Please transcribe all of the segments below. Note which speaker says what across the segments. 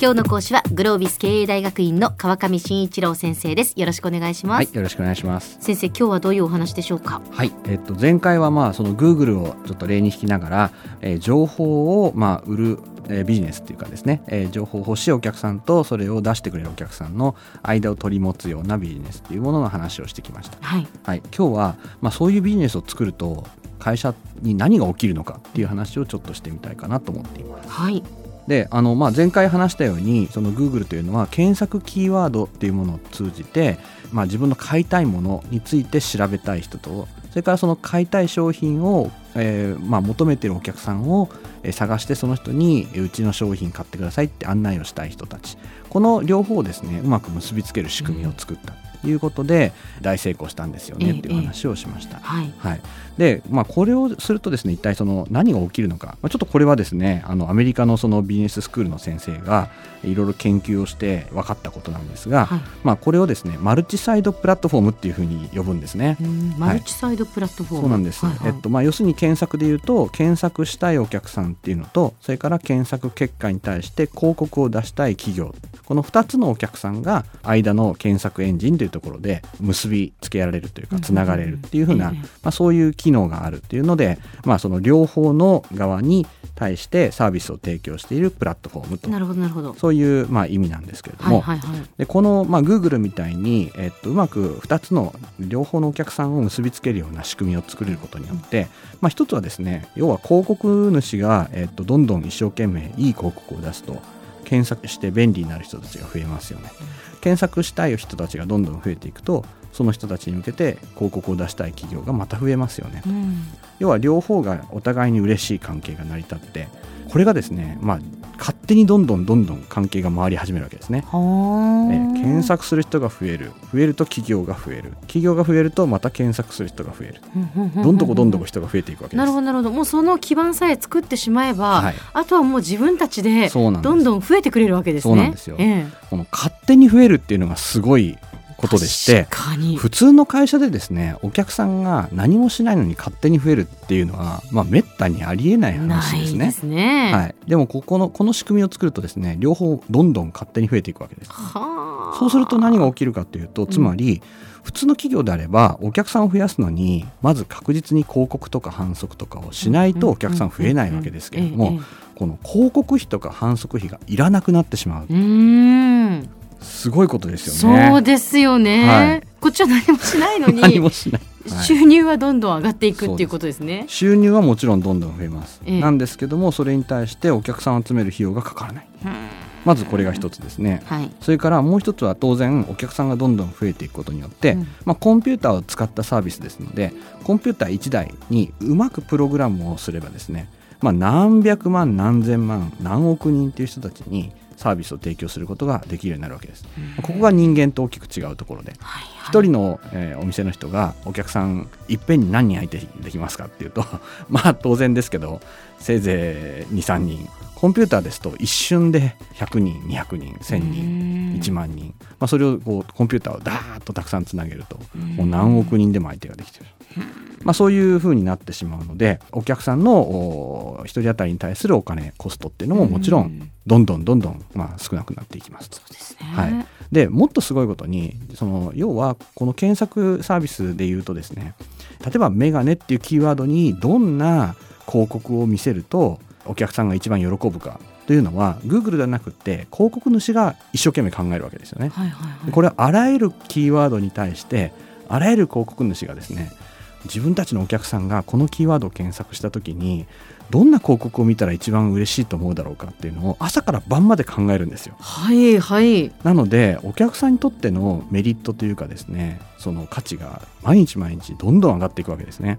Speaker 1: 今日の講師はグロービス経営大学院の川上真一郎先生ですよろしくお願いします、
Speaker 2: はい、よろしくお願いします。
Speaker 1: 先生今日はどういうお話でしょうか
Speaker 2: はい、えっと前回はまあその Google をちょっと例に引きながら、えー情報をまあ売る、えービジネスっていうかですね、えー情報を欲しいお客さんとそれを出してくれるお客さんの間を取り持つようなビジネスっていうものの話をしてきました。
Speaker 1: はい
Speaker 2: はい、今日はまあそういうビジネスを作ると会社に何が起きるのかっていう話をちょっとしてみたいかなと思っています。
Speaker 1: はい
Speaker 2: であの、まあ、前回話したようにその Google というのは検索キーワードっていうものを通じて、まあ、自分の買いたいものについて調べたい人とそれからその買いたい商品を、えーまあ、求めてるお客さんをえー探してその人にえーうちの商品買ってくださいって案内をしたい人たちこの両方をですねうまく結びつける仕組みを作ったということで大成功したんですよねっていう話をしました。
Speaker 1: はい
Speaker 2: はい、で、まあ、これをするとですね一体その何が起きるのか、まあ、ちょっとこれはですねあのアメリカのそのビジネススクールの先生がいろいろ研究をして分かったことなんですが、
Speaker 1: はい
Speaker 2: まあ、これをですねマルチサイドプラットフォームっていうふうに呼ぶんですね。
Speaker 1: うんマルチサイドプラットフォーム、
Speaker 2: そうなんです、
Speaker 1: はいはい
Speaker 2: えっとまあ、要するに検索で言うと検索したいお客さんっていうのとそれから検索結果に対して広告を出したい企業この2つのお客さんが間の検索エンジンというところで結びつけられるという
Speaker 1: う
Speaker 2: か
Speaker 1: ん
Speaker 2: つながれるっていうふうな、
Speaker 1: ええ
Speaker 2: まあ、そういう機能があるっていうので、まあ、その両方の側に対してサービスを提供しているプラットフォームと
Speaker 1: なるほどなるほど
Speaker 2: そういうまあ意味なんですけれど
Speaker 1: はい
Speaker 2: も、
Speaker 1: はいはい
Speaker 2: でこの、まあ、Google みたいに、えっと、うまく2つの両方のお客さんを結びつけるような仕組みを作れることによって、まあ、1つはですね要は広告主が、えっと、どんどん一生懸命いい広告を出すと検索して便利になる人たちが増えますよね。検索したい人たちがどんどん増えていくとその人たちに向けて広告を出したい企業がまた増えますよね。
Speaker 1: うん
Speaker 2: 要は両方がお互いに嬉しい関係が成り立ってこれがですね、まあ、勝手にどんどんどんどん関係が回り始めるわけですね。
Speaker 1: は
Speaker 2: え
Speaker 1: あ、
Speaker 2: ー検索する人が増える増えると企業が増える企業が増えるとまた検索する人が増えるど
Speaker 1: ど
Speaker 2: んどこどんどこ人が増えていくわけです
Speaker 1: なるほどなるほどもうその基盤さえ作ってしまえば、
Speaker 2: はい
Speaker 1: あとはもう自分たちで
Speaker 2: そうなんです
Speaker 1: どんどん増えてくれるわけですね
Speaker 2: そうなんですよ
Speaker 1: ええ
Speaker 2: この勝手に増えるっていうのがすごいことでして
Speaker 1: 確かに
Speaker 2: 普通の会社でですねお客さんが何もしないのに勝手に増えるっていうのはまあめったにありえない
Speaker 1: な
Speaker 2: 話で
Speaker 1: い
Speaker 2: す
Speaker 1: で
Speaker 2: ね
Speaker 1: すね
Speaker 2: はい、でもここのこの仕組みを作るとですね両方どんどん勝手に増えていくわけです
Speaker 1: はあ
Speaker 2: そうすると何が起きるかというとつまり、普通の企業であればお客さんを増やすのにまず確実に広告とか反則とかをしないとお客さん増えないわけですけれど
Speaker 1: うん
Speaker 2: もこの広告費とか反則費がいらなくなってしまう
Speaker 1: うんうんうん
Speaker 2: すごいことですよ
Speaker 1: そう
Speaker 2: ね。
Speaker 1: ですよね、
Speaker 2: は
Speaker 1: こっちは何もしないの
Speaker 2: 何
Speaker 1: に
Speaker 2: もしない、はい
Speaker 1: 収入はどんどん上がっていくっていうことですね
Speaker 2: 収入はもちろんどんどん増えます、
Speaker 1: ええ
Speaker 2: なんですけどもそれに対してお客さんを集める費用がかからないまずこれが一つですね
Speaker 1: うんはい
Speaker 2: それからもう一つは当然お客さんがどんどん増えていくことによって、
Speaker 1: うん
Speaker 2: まあ、コンピューターを使ったサービスですのでコンピューター1台にうまくプログラムをすればですね、まあ、何百万何千万何億人という人たちにサービスを提供することができるようになるわけです。ここが人間と大きく違うところで
Speaker 1: はいはい
Speaker 2: 一人の、えーお店の人がお客さんいっぺんに何人相手できますかっていうと まあ当然ですけどせいぜい23人コンピューターですと一瞬で100人200人1000
Speaker 1: うん
Speaker 2: 人1万人、まあ、それをこうコンピューターをダーッとたくさんつなげると
Speaker 1: うん
Speaker 2: もう何億人でも相手ができてる。まあ、そういうふうになってしまうのでお客さんのお一人当たりに対するお金コストっていうのももちろ
Speaker 1: うんん
Speaker 2: どんどんどんどん、まあ、少なくなっていきますと。
Speaker 1: そうですね
Speaker 2: はい、でもっとすごいことにその要はこの検索サービスで言うとですね例えば「メガネ」っていうキーワードにどんな広告を見せるとお客さんが一番喜ぶかというのは Google ではなくって広告主が一生懸命考えるわけですよね。
Speaker 1: はいはいはい
Speaker 2: でこれはあらゆるキーワードに対してあらゆる広告主がですね自分たちのお客さんがこのキーワードを検索した時にどんな広告を見たら一番嬉しいと思うだろうかっていうのを朝から晩まで考えるんですよ。
Speaker 1: はいはい
Speaker 2: なのでお客さんにとってのメリットというかですねその価値が毎日毎日どんどん上がっていくわけですね。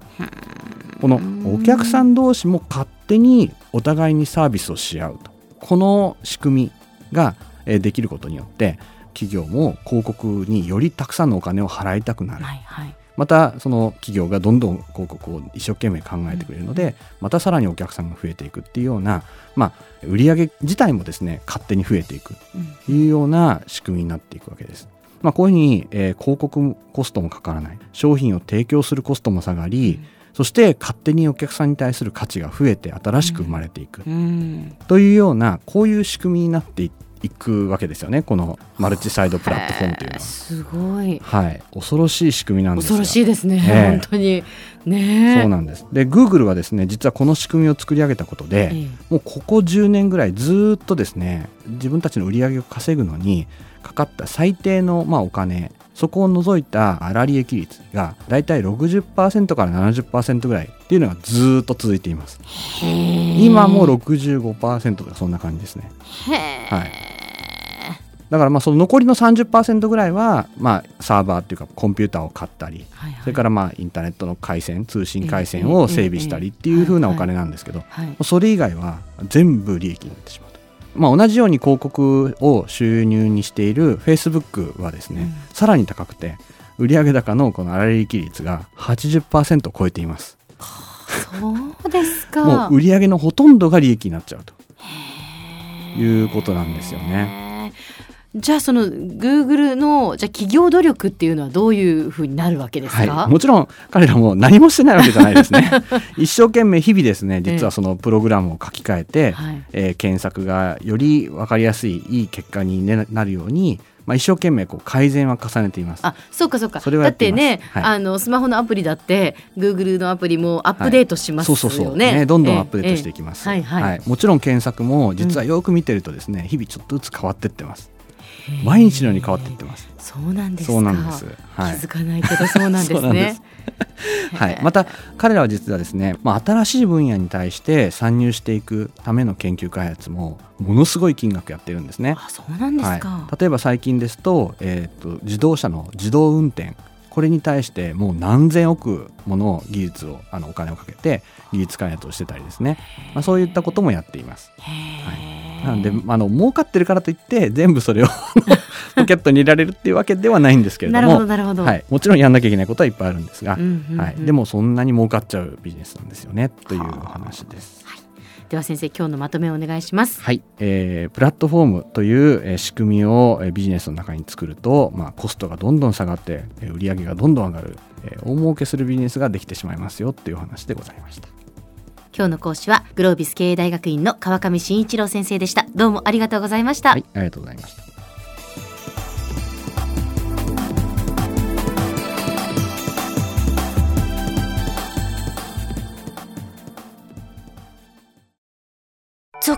Speaker 2: このお客さん同士も勝手にお互いにサービスをし合うとこの仕組みがえーできることによって企業も広告によりたくさんのお金を払いたくなる
Speaker 1: はいはい
Speaker 2: またその企業がどんどん広告を一生懸命考えてくれるので、またさらにお客さんが増えていくっていうような、まあ、売上自体もですね勝手に増えていく
Speaker 1: うん
Speaker 2: というような仕組みになっていくわけです。まあ、こういうふうに、えー広告コストもかからない商品を提供するコストも下がり、そして勝手にお客さんに対する価値が増えて新しく生まれていく
Speaker 1: うん
Speaker 2: というようなこういう仕組みになっていいくわけですよねこのマルチサイドプラットフォームという
Speaker 1: へー
Speaker 2: のは。
Speaker 1: すごい
Speaker 2: はい、恐ろしい仕組みなんです
Speaker 1: 恐
Speaker 2: よ
Speaker 1: ろしいですね、
Speaker 2: ええ
Speaker 1: 本当にねえ
Speaker 2: そうなんですで Google はですね実はこの仕組みを作り上げたことで、
Speaker 1: ええ
Speaker 2: もうここ10年ぐらいずーっとですね自分たちの売り上げを稼ぐのにかかった最低のまあお金そこを除いた粗利益率がだいたい60%から70%ぐらいっていうのがずーっと続いています
Speaker 1: へえ
Speaker 2: 今もう65%とかそんな感じですね
Speaker 1: へえ、
Speaker 2: はいだからまあその残りの30%ぐらいはまあサーバーっていうかコンピューターを買ったり
Speaker 1: はいはい
Speaker 2: それからまあインターネットの回線通信回線を整備したりっていう風なお金なんですけど
Speaker 1: はい
Speaker 2: それ以外は全部利益になってしまうと、まあ、同じように広告を収入にしている Facebook はですね、
Speaker 1: うん
Speaker 2: さらに高くて売上高のこの粗利益率が80%を超えています
Speaker 1: そうですか
Speaker 2: もう売上のほとんどが利益になっちゃうと
Speaker 1: へえ
Speaker 2: いうことなんですよね
Speaker 1: じゃあその Google のじゃあ企業努力っていうのはどういうふうになるわけですか、
Speaker 2: はい、もちろん彼らも何もしてないわけじゃないです ね一生懸命日々ですね実はそのプログラムを書き換えて、
Speaker 1: はい
Speaker 2: えー検索がより分かりやすいいい結果にねなるように、まあ、一生懸命こう改善は重ねています
Speaker 1: あそうかそうか
Speaker 2: それは
Speaker 1: だ
Speaker 2: や
Speaker 1: っ
Speaker 2: って
Speaker 1: て
Speaker 2: います
Speaker 1: ね、
Speaker 2: はい
Speaker 1: あのスマホのアプリだって Google のアプリもアップデートします
Speaker 2: そう
Speaker 1: よね,、
Speaker 2: そうそう、ね、どんどんアップデートしてい
Speaker 1: き
Speaker 2: きます、
Speaker 1: ええええはいはい
Speaker 2: もちろん検索も実はよく見てるとですね、日々ちょっとずつ変わってってます毎日のように変わってってます
Speaker 1: そうなんですか
Speaker 2: そうなんです、はい
Speaker 1: 気づかないけどそうなんです
Speaker 2: そうなんで
Speaker 1: ね
Speaker 2: す はい、また彼らは実はですね、まあ、新しい分野に対して参入していくための研究開発もものすごい金額やってるんですね
Speaker 1: あそうなんですか、
Speaker 2: はい、例えば最近ですと,、えーと自動車の自動運転これに対してもう何千億もの技術をあのお金をかけて技術開発をしてたりですね、まあ、そういったこともやっています。
Speaker 1: へー
Speaker 2: なんであの儲かってるからといって全部それをポケットに入れられるっていうわけではないんですけれど
Speaker 1: なるほど
Speaker 2: も
Speaker 1: なるほど、
Speaker 2: はい、もちろんやんなきゃいけないことはいっぱいあるんですが
Speaker 1: うん、うんうん
Speaker 2: はい、でもそんなに儲かっちゃうビジネスなんですよねというお話です。
Speaker 1: では先生今日のまとめをお願いします
Speaker 2: はい、えープラットフォームという、えー仕組みを、えービジネスの中に作ると、まあ、コストがどんどん下がって、えー売り上げがどんどん上がる、えー大儲けするビジネスができてしまいますよというお話でございました。
Speaker 1: 今日の講師はグロービス経営大学院の川上真一郎先生でしたどうもありがとうございました、
Speaker 2: はい、ありがとうございました。
Speaker 3: ゾ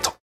Speaker 4: ト」